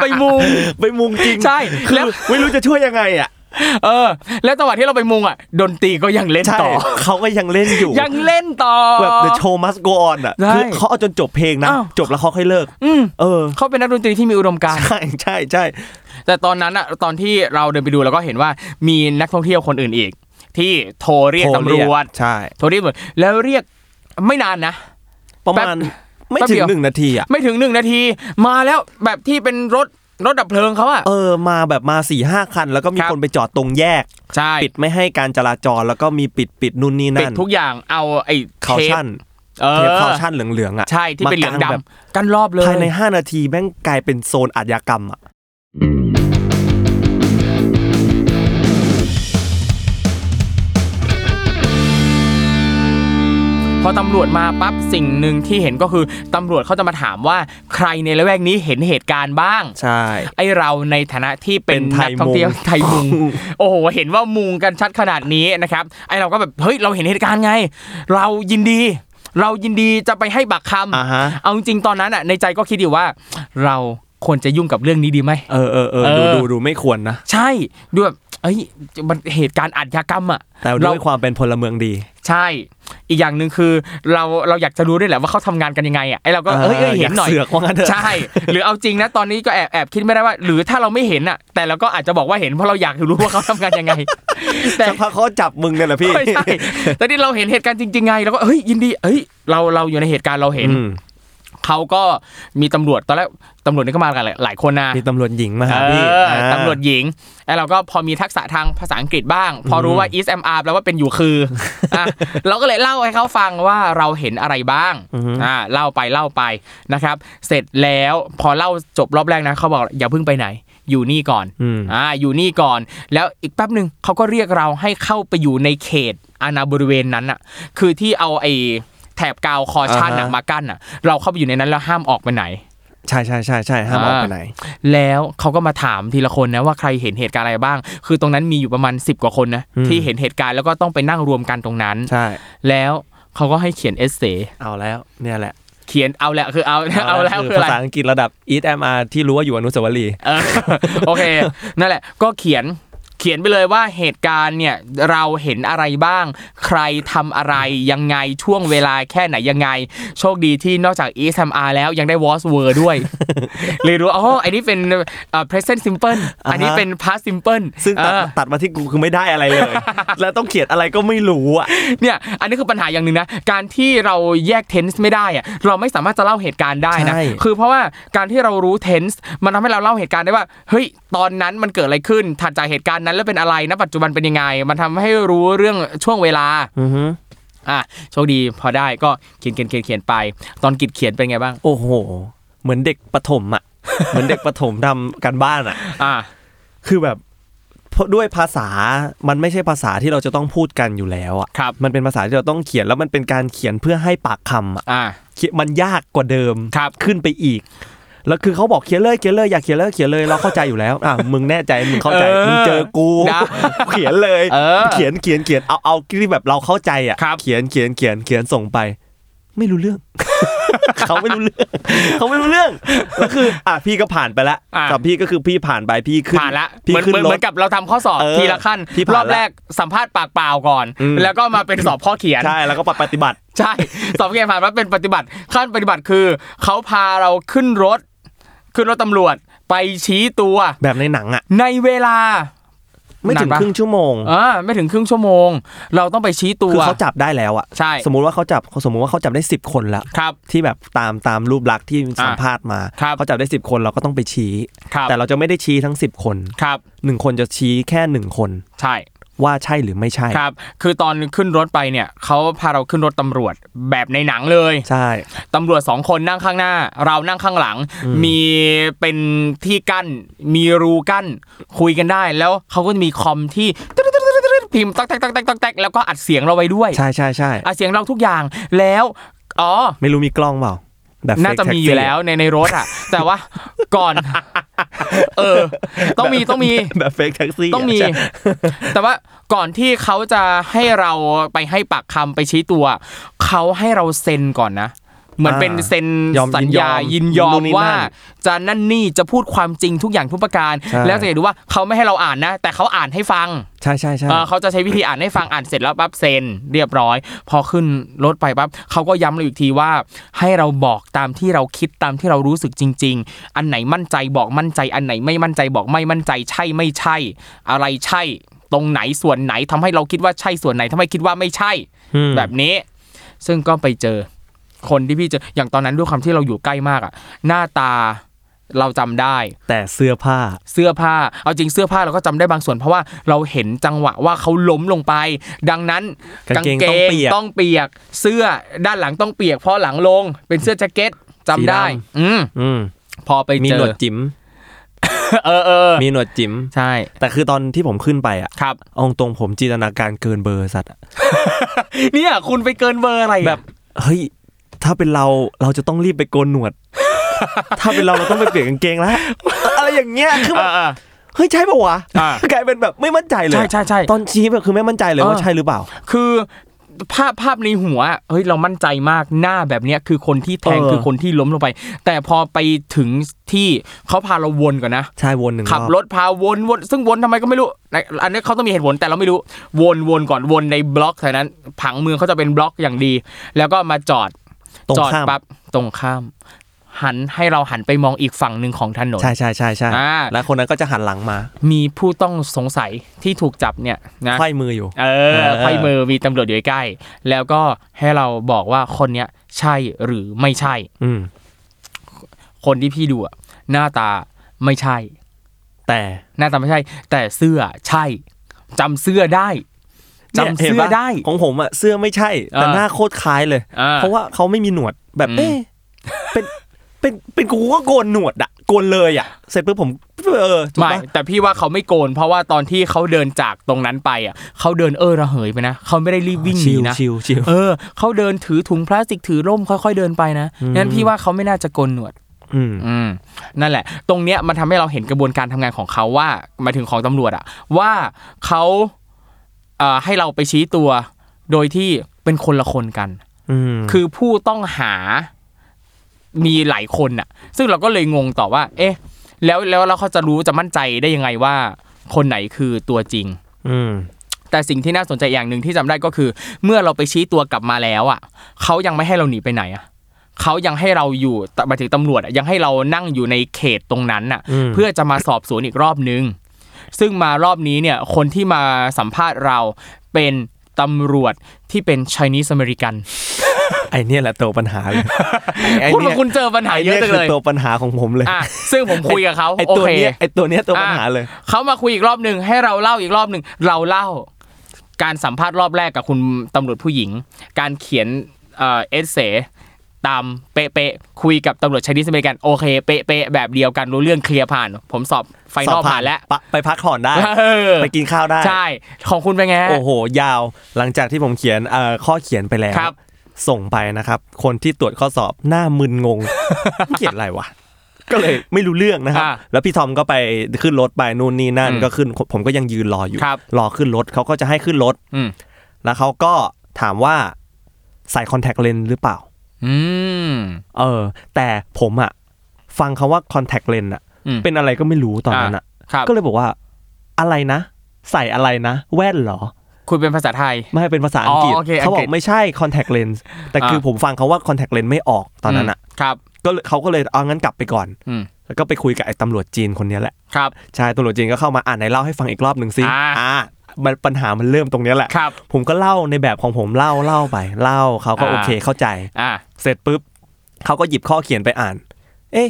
S2: ไปมุง
S3: ไปมุงจริง
S2: ใช่แล้
S3: แล้ว วไม่รู้จะช่วยยังไงอ่ะ
S2: เออ แล้วจังหวะที่เราไปมุงอ่ะดนตรีก็ยังเล่น
S3: ใช่
S2: ต่อ
S3: เขาก็ยังเล่นอยู่
S2: ยังเล่นต่อ
S3: แบบ the show must go on อ่ะ
S2: ใช่
S3: คือเขาเอาจนจบเพลงนะ
S2: อ้าว
S3: จบแล้วเขาค่อยเลิก
S2: อืม
S3: เออ
S2: เขาเป็นนักดนตรีที่มีอุดมการณ์
S3: ใช่ใช่ใช่
S2: แต่ตอนนั้นอะตอนที่เราเดินไปดูเราก็เห็นว่ามีนักท่องเที่ยวคนอื่นอีก ที่โทรเรียกตำรวจ
S3: ใช่
S2: โทรเรียกตำรวจแล้วเรียกไม่นานนะ
S3: ประมาณไม่
S2: แป๊บ
S3: ถึ
S2: เดีย
S3: ง
S2: ว
S3: หนึ่งนาทีอ่ะ
S2: ไม่ถึงหนึ่งนาทีมาแล้วแบบที่เป็นรถรถดับเพลิงเขาอะ
S3: เออ มาแบบมาสี่ห้าคัน แล้วก็มี
S2: ครับ
S3: คนไปจอดตรงแยก
S2: ใช่
S3: ปิดไม่ให้การจราจร แล้วก็มีปิดปิดนู่นนี่
S2: ปิด
S3: นั่น
S2: ทุกอย่างเอาไอ้
S3: คาว
S2: เทป
S3: ชั่น
S2: เอ
S3: เทป
S2: อ
S3: คาวชั่นเหลืองๆอ่ะ
S2: ใช่ที่เป็นเหลือง
S3: มากางแบบ
S2: ดำกันรอบเลย
S3: ภายใน 5 นาทีแม่งกลายเป็นโซนอาชญากรรมอ่ะ
S2: พอตำรวจมาปั๊บสิ่งหนึ่งที่เห็นก็คือตำรวจเขาจะมาถามว่าใครในละแวกนี้เห็นเหตุการณ์บ้าง
S3: ใช่
S2: ไอเราในฐานะที่เป็น
S3: เป็นไท
S2: นัก
S3: ย
S2: ท่องเที่ยว
S3: มุง
S2: ไทยมุ ง โอ้โหเห็นว่ามุงกันชัดขนาดนี้นะครับไอเราก็แบบเฮ้ยเราเห็นเหตุการณ์ไง เรายินดี เรายินดีจะไปให้ปากคำ
S3: อ่าฮะ
S2: เอาจริงๆตอนนั้นอ่ะในใจก็คิดอยู่ว่า เราควรจะยุ่งกับเรื่องนี้ดีไหม
S3: เออเออเออ
S2: เอ
S3: ดู
S2: อ
S3: ดูดูไม่ควรนะ
S2: ใช่ดูแบบเอ้ยมันเหตุการณ์อาชญากรรมอ่ะ
S3: แต่
S2: เรา
S3: ด้วยความเป็นพลเมืองดี
S2: ใช่ อีกอย่างหนึ่งคือเราเราอยากจะรู้ด้วยแหละว่าเขาทำงานกันยังไงอ่ะไอเราก็เอ้ยเอ้ย
S3: เออ
S2: เห็นหน่อย
S3: อยากเสือกว่างั้นเถอะ
S2: ใช่ หรือเอาจริงนะตอนนี้ก็แอบแอบคิดไม่ได้ว่า หรือถ้าเราไม่เห็นอ่ะ แต่เราก็อาจจะบอกว่าเห็นเพราะเราอยากรู้ว่าเขาทำงานยังไง แต่
S3: สักพักเขาจับมึงเนี่ยแหละพี่
S2: ไม่ใช่แต่ที่เราเห็นเหตุการณ์จริงๆไงเราก็เฮ้ยยินดีเอ้ยเราเราอยู่ในเหตุการณ์เราเห็น
S3: อืม
S2: เขาก็มีตำรวจตอนแรกตำรวจนี่ก็มากันหลายหลายคนนะ
S3: มีตำรวจหญิงมาหา
S2: เอ
S3: พี่
S2: อ
S3: อ่า
S2: ตำรวจหญิงแล้วเราก็พอมีทักษะทางภาษาอังกฤษบ้าง พอรู้ว่า is am are แปลว่าเป็นอยู่ คืออ่ะเราก็เลยเล่าให้เขาฟังว่าเราเห็นอะไรบ้างอ่าเล่าไปเล่าไปนะครับ เสร็จแล้วพอเล่าจบรอบแรกนะเขาบอกอย่าเพิ่งไปไหน อยู่นี่ก่อนอ่าอยู่นี่ก่อน แล้วอีกแป๊บหนึ่งเขาก็เรียกเราให้เข้าไปอยู่ในเขตอาณาบริเวณนั้นอ่ะ คือที่เอาไอ้แถบกาวคอชั่นหนังมากั้นอ่ะ เราเข้าไปอยู่ในนั้นแล้วห้ามออกไปไหน
S3: ใช่ใช่ใช่ใช่ห้ามออกไปไหน
S2: แล้วเขาก็มาถามทีละคนนะว่าใครเห็นเหตุการณ์อะไรบ้าง คือตรงนั้นมีอยู่ประมาณ 10 กว่าคนนะที่เห็นเหตุการณ์แล้วก็ต้องไปนั่งรวมกันตรงนั้น
S3: ใช่
S2: แล้วเขาก็ให้เขียนเอเซ
S3: เอาแล้วเนี่ยแหละ
S2: เขียนเอาแหละคือเอาเอาแล้วคืออะไร
S3: ภาษาอังกฤษระดับ eat m r ที่รู้ว่าอยู่อนุสาวรีย์
S2: เออ โอเค นั่นแหละ ก็เขียนเขียนไปเลยว่าเหตุการณ์เนี่ยเราเห็นอะไรบ้าง ใครทำอะไรยังไงช่วงเวลาแค่ไหนยังไง โชคดีที่นอกจาก ASMR แล้วยังได้ w a t c h w o r d ด้วย เลยรู้อ๋ออันนี้เป็นเอ่อ present simple อันนี้
S3: อ่าฮะ
S2: เป็น past simple
S3: ซึ่งตัด
S2: เออ
S3: ตัดมาที่กูคือไม่ได้อะไรเลย แล้วต้องเขียนอะไรก็ไม่รู้อ่ะ
S2: เนี่ย อันนี้คือปัญหาอย่างหนึ่งนะ การที่เราแยกเทนส์ไม่ได้อะเราไม่สามารถจะเล่าเหตุการณ์ได้นะ
S3: ใช่
S2: คือเพราะว่าการที่เรารู้เทนส์มันทำให้เราเล่าเหตุการณ์ได้ว่า เฮ้ย ตอนนั้นมันเกิดอะไรขึ้น ถัดจากเหตุการณ์นั้นแล้วเป็นอะไร ณ ปัจจุบันเป็นยังไง มันทำให้รู้เรื่องช่วงเวลา อ่ะ โชคดีพอได้ก็เขียนเขียนเขียนเขียนไป ตอนกิจเขียนเป็นไงบ้าง
S3: โอ้โห เหมือนเด็กประถมอ่ะ เหมือนเด็กประถมทำการบ้านอ่ะ
S2: อ่ะ
S3: คือแบบเพราะด้วยภาษามันไม่ใช่ภาษาที่เราจะต้องพูดกันอยู่แล้วอ่ะ
S2: ครับ
S3: มันเป็นภาษาที่เราต้องเขียนแล้วมันเป็นการเขียนเพื่อให้ปากคำอ่ะ
S2: อ่า
S3: เขียนมันยากกว่าเดิม
S2: ครับ
S3: ขึ้นไปอีก แล้วคือเขาบอกเขียนเลยเขียนเลยอยากเขียนเลยเขียนเลยเราเข้าใจอยู่แล้วอ่ะมึงแน่ใจมึงเข้าใจ
S2: เออ
S3: มึงเจอกู
S2: นะ
S3: เขียนเลย
S2: เออ
S3: เขียนเขียนเขียนเอาเอาที่แบบเราเข้าใจอ่ะ
S2: ครับ
S3: เขียนเขียนเขียนเขียนส่งไป ไม่รู้เรื่อง เขาไม่รู้เรื่อง เขาไม่รู้เรื่องแล้วคือ อ่ะพี่ก็ผ่านไปละ
S2: อ่ะ
S3: กับพี่ก็คือพี่ผ่านไปพี่ขึ้น
S2: ผ่านละ
S3: พี่
S2: เหมือน
S3: ขึ้น
S2: เหมือน
S3: ร
S2: เหมือ
S3: ถ
S2: นกับเราทำข้อสอบ
S3: เออ
S2: ทีละขั้น
S3: พี่ผ่าน
S2: รอบ
S3: ละ
S2: แรกสัมภาษณ์ปากเปล่าก่อน
S3: อืม
S2: แล้วก็มาเป็นสอบข้อเขียน
S3: ใช่แล้วก็ปฏิบัติ
S2: ใช่ สอบเกณฑ์ผ่านว่าเป็นปฏิบัติขั้นปฏิบัติคือ เขาพาเราขึ้นรถ ขึ้นรถตำรวจไปชี้ตัว
S3: แบบในหนังอ่ะ
S2: ในเวลา
S3: ไม่ถึ
S2: นา
S3: ง
S2: นปะ
S3: ครึ่งชั่วโมง
S2: เออไม่ถึงครึ่งชั่วโมง เราต้องไปชี้ตัว
S3: คือเขาจับได้แล้วอ่ะ
S2: ใช่
S3: สมมุติว่าเขาจับสมมุติว่าเขาจับได้ 10 คนละ
S2: ครับ
S3: ที่แบบตามตามรูปลักษณ์ที่สัมภาษณ์มา
S2: ครับ
S3: เขาจับได้ 10 คนเราก็ต้องไปชี้
S2: ครับ
S3: แต่เราจะไม่ได้ชี้ทั้ง 10 คน
S2: ครับ
S3: หนึ่งคนจะชี้แค่หนึ่งคน
S2: ใช่
S3: ว่าใช่หรือไม่ใช่
S2: ครับ คือตอนขึ้นรถไปเนี่ย เขาพาเราขึ้นรถตำรวจแบบในหนังเลย
S3: ใช่
S2: ตำรวจสองคนนั่งข้างหน้า เรานั่งข้างหลัง มีเป็นที่กั้น มีรูกั้น คุยกันได้ แล้วเขาก็จะมีคอมที่ตึ๊ดๆๆๆพิมพ์ตักตักตักตักตักตักแล้วก็อัดเสียงเราไว้ด้วย
S3: ใช่ใช่ใช่
S2: อัดเสียงเราทุกอย่าง แล้ว อ๋อ
S3: ไม่รู้มีกล้องเปล่าแบบ fake
S2: น่าจะมี
S3: taxi
S2: อยู่แล้วในในรถอ่ะ แต่ว่าก่อน เออ ต้องมีต้องมี
S3: แบบเฟกแท็กซี่
S2: ต้องมี แต่ว่าก่อนที่เขาจะให้เราไปให้ปากคำไปชี้ตัว เขาให้เราเซ็นก่อนนะ เหมือนเป็นเซ็น
S3: ยอม
S2: สัญญาย
S3: ยิ
S2: ยิน
S3: น
S2: ย
S3: ย
S2: อ
S3: อ
S2: ม
S3: มนู่นนี่
S2: ว่า
S3: นั่น
S2: จะนั่นนี่จะพูดความจริงทุกอย่างทุกประการ
S3: ใช่
S2: แล้วจะเห็นดูว่าเขาไม่ให้เราอ่านนะ แต่เขาอ่านให้ฟัง
S3: ใช่ใช่ใช่
S2: เออเขาจะใช้วิธีอ่านให้ฟังอ่านเสร็จแล้วปั๊บเซ็นเรียบร้อย พอขึ้นรถไปปั๊บเขาก็ย้ำเราอีกทีว่า ให้เราบอกตามที่เราคิดตามที่เรารู้สึกจริง ๆ อันไหนมั่นใจบอกมั่นใจ อันไหนไม่มั่นใจบอกไม่มั่นใจใช่ไม่ใช่ อะไรใช่ ตรงไหนส่วนไหนทำให้เราคิดว่าใช่ส่วนไหนทำให้คิดว่าไม่ใช่
S3: อืม
S2: แบบนี้ ซึ่งก็ไปเจอ คนที่พี่เจออย่างตอนนั้นด้วยความที่เราอยู่ใกล้มากอะหน้าตาเราจำได้
S3: แต่เสื้อผ้า
S2: เสื้อผ้า เอาจริงเสื้อผ้าเราก็จำได้บางส่วน เพราะว่าเราเห็นจังหวะว่าเขาล้มลงไป ดังนั้น
S3: กางเกงต้องเปียก
S2: ต้องเปียก เสื้อด้านหลังต้องเปียกเพราะหลังลง เป็นเสื้อแจ็คเก็ตจำได้
S3: สีด
S2: อืม
S3: อืม
S2: พอไป
S3: มี
S2: เจ
S3: หนว
S2: อ
S3: ดจิ๋ม
S2: เออเออ
S3: มีหนวดจิ๋ม
S2: ใช่
S3: แต่คือตอนที่ผมขึ้นไปอ่ะ
S2: ครับ
S3: เอาตรงๆผมจินตนาการเกินเบอร์สัตว์อะ
S2: เนี่ยคุณไปเกินเบอร์อะไรอะ
S3: แบบเฮ้ยถ้าเป็นเราเราจะต้องรีบไปโกนหนวด ถ้าเป็นเราเราต้องไปเปลี่ยนกางเกงแล้วอะไรอย่างเงี้ยคือแบบ
S2: อ่า
S3: เฮ้ยใช่ปะวะ
S2: อ่ะ
S3: กลายเป็นแบบไม่มั่นใจเลย
S2: ใช่ใช่ใช่
S3: ตอนชี้แบบคือไม่มั่นใจเลย
S2: เออ
S3: ว่าใช่หรือเปล่า
S2: ๆคือภาพภาพในหัวอะเฮ้ยเรามั่นใจมากหน้าแบบเนี้ยคือคนที่แทง
S3: เออ
S2: คือคนที่ล้มลงไป แต่พอไปถึงที่เขาพาเราวนก่อนนะ
S3: ใช่วนหนึ่ง
S2: ขับ
S3: อ
S2: รถพาวนวนซึ่งวนทำไมก็ไม่รู้ในอันนี้เขาต้องมีเหตุผลแต่เราไม่รู้ วนวนก่อนวนในบล็อกแถวนั้น ผังเมืองเขาจะเป็นบล็อกอย่างดี แล้วก็มาจอด
S3: ตรง
S2: จอด
S3: ข้าม
S2: ปั๊บตรงข้าม หันให้เราหันไปมองอีกฝั่งหนึ่งของถนน
S3: ใช่ใช่ใช่ใช่
S2: อ่า
S3: แล้วคนนั้นก็จะหันหลังมา
S2: มีผู้ต้องสงสัยที่ถูกจับเนี่ยนะ
S3: ไขว้มืออยู่
S2: เอ
S3: เอ
S2: อ
S3: อ
S2: ไพ่มือมีตำรวจอยู่ใกล้ๆแล้วก็ให้เราบอกว่าคนเนี้ยใช่หรือไม่ใช่
S3: อืม
S2: คนที่พี่ดูอะหน้าตาไม่ใช่
S3: แต่
S2: หน้าตาไม่ใช่ แต่เสื้อใช่จำเสื้อได้จำ
S3: นี่ยห็น
S2: เสื้อ
S3: ปะ
S2: ได้
S3: ของผมอ่ะเสื้อไม่ใช่ แต่
S2: อ่า
S3: หน้าโคตรคล้ายเลย
S2: อ่า
S3: เพราะว่าเขาไม่มีหนวดแบบ
S2: อืม
S3: เอ๊ะเป็นเป็นเป็นกูก็โกนหนวดอ่ะโกนเลยอ่ะเสร็จปุ๊บผมเออถูก
S2: ไม่
S3: ปะ
S2: แต่พี่ว่าเขาไม่โกน เพราะว่าตอนที่เขาเดินจากตรงนั้นไปอ่ะเขาเดินเออระเหยไปนะเขาไม่ได้รีบวิ่งหนีนะ
S3: ชิวๆชิว
S2: เออเขาเดินถือถุงพลาสติกถือร่มค่อย ๆเดินไปนะนั้นพี่ว่าเขาไม่น่าจะโกนหนวด
S3: ๆอืม
S2: อืมนั่นแหละ ตรงเนี้ยมันทำให้เราเห็นกระบวนการทำงานของเขาว่าหมายถึงของตำรวจอะว่าเขาเอ่อให้เราไปชี้ตัว โดยที่เป็นคนละคนกัน
S3: อืม
S2: คือผู้ต้องหามีหลายคนน่ะ ซึ่งเราก็เลยงงต่อว่า เอ๊ะ แล้วแล้วแล้วเขาจะรู้จะมั่นใจได้ยังไงว่า คนไหนคือตัวจริง
S3: อืม
S2: แต่สิ่งที่น่าสนใจอย่างหนึ่งที่จำได้ก็คือ เมื่อเราไปชี้ตัวกลับมาแล้วอ่ะเขายังไม่ให้เราหนีไปไหนอ่ะเขายังให้เราอยู่ตหมายถึงตำรวจอะยังให้เรานั่งอยู่ในเขตตรงนั้นน่ะ
S3: อืม
S2: เพื่อจะมาสอบสวนอีกรอบนึง ซึ่งมารอบนี้เนี่ย คนที่มาสัมภาษณ์เราเป็นตำรวจที่เป็น Chinese American
S3: ไอเนี่ยแหละตัวปัญหาเลยไอ้
S2: คุณ
S3: เนี่
S2: ว่ายคุณเจอปัญหา
S3: ไอ
S2: เย
S3: เนี่
S2: อะ
S3: ย
S2: จัง
S3: คือ
S2: เลย
S3: ตัวปัญหาของผมเลย
S2: อ่ะซึ่งผมคุยกับเขา
S3: ไอ
S2: โอ
S3: ตัว
S2: เค
S3: เนี้ยไอตัวเนี้ยตัวปัญหาเลย
S2: เขามาคุยอีกรอบหนึ่งให้เราเล่าอีกรอบหนึ่งเราเล่า การสัมภาษณ์รอบแรกกับคุณตำรวจผู้หญิง การเขียนเอ่อเอเซ ตามเป๊ะๆคุยกับตำรวจชายนิสอเมริกันโอเคเป๊ะๆแบบเดียวกันรู้เรื่องเคลียร์ผ่าน ผมสอบไฟนอลผ่านแล้ว
S3: ปะไปพักผ่อนได้
S2: เออ
S3: ไปกินข้าวได้
S2: ใช่ของคุณเป็นไงฮะ
S3: โอ้โห ยาวหลังจากที่ผมเขียนเอ่อข้อเขียนไปแล้ว
S2: ครับ
S3: ส่งไปนะครับ คนที่ตรวจข้อสอบหน้ามึนงง เขียนอะไรวะ ก็เลยไม่รู้เรื่องนะครับ
S2: อ่า
S3: แล้วพี่ทอมก็ไปขึ้นรถไปนู่นนี่นั่น
S2: อืม
S3: ก็ขึ้น ผมก็ยังยืนรออยู่
S2: ครับ
S3: รอขึ้นรถเขาก็จะให้ขึ้นรถ
S2: อืม
S3: แล้วเขาก็ถามว่าใส่คอนแทคเลนส์หรือเปล่า
S2: อืม
S3: เออ แต่ผมอะฟังคำว่าคอนแทคเลนส์อะ
S2: อืม
S3: เป็นอะไรก็ไม่รู้ตอนนั้นอะ
S2: ครับ
S3: ก็เลยบอกว่าอะไรนะ ใส่อะไรนะ แว่นเหรอ
S2: คุยเป็นภาษาไทย
S3: ไม่เป็นภาษาอังกฤษ
S2: อ๋อโอเคอังกฤษ
S3: เขาบอกไม่ใช่ contact lens แต่คืออา ผมฟังเขาว่า contact lens ไม่ออกตอนนั้นอ่ะ
S2: มครับ
S3: ก็เลยเขาก็เลยเอางั้นกลับไปก่อน
S2: อืม
S3: แล้วก็ไปคุยกับไอ้ตำรวจจีนคนเนี้ยแหละ
S2: ครับ
S3: ใช่ตำรวจจีนก็เข้ามาอ่านในเล่าให้ฟังอีกรอบหนึ่งซิ
S2: อ่า
S3: อ่ามันปัญหามันเริ่มตรงเนี้ยแหละ
S2: ครับ
S3: ผมก็เล่าในแบบของผมเล่าเล่าไปเล่าเขาก็
S2: อ่า
S3: โอเคเข้าใจ
S2: อ่า
S3: เสร็จปุ๊บเขาก็หยิบข้อเขียนไปอ่าน เอ๊ะ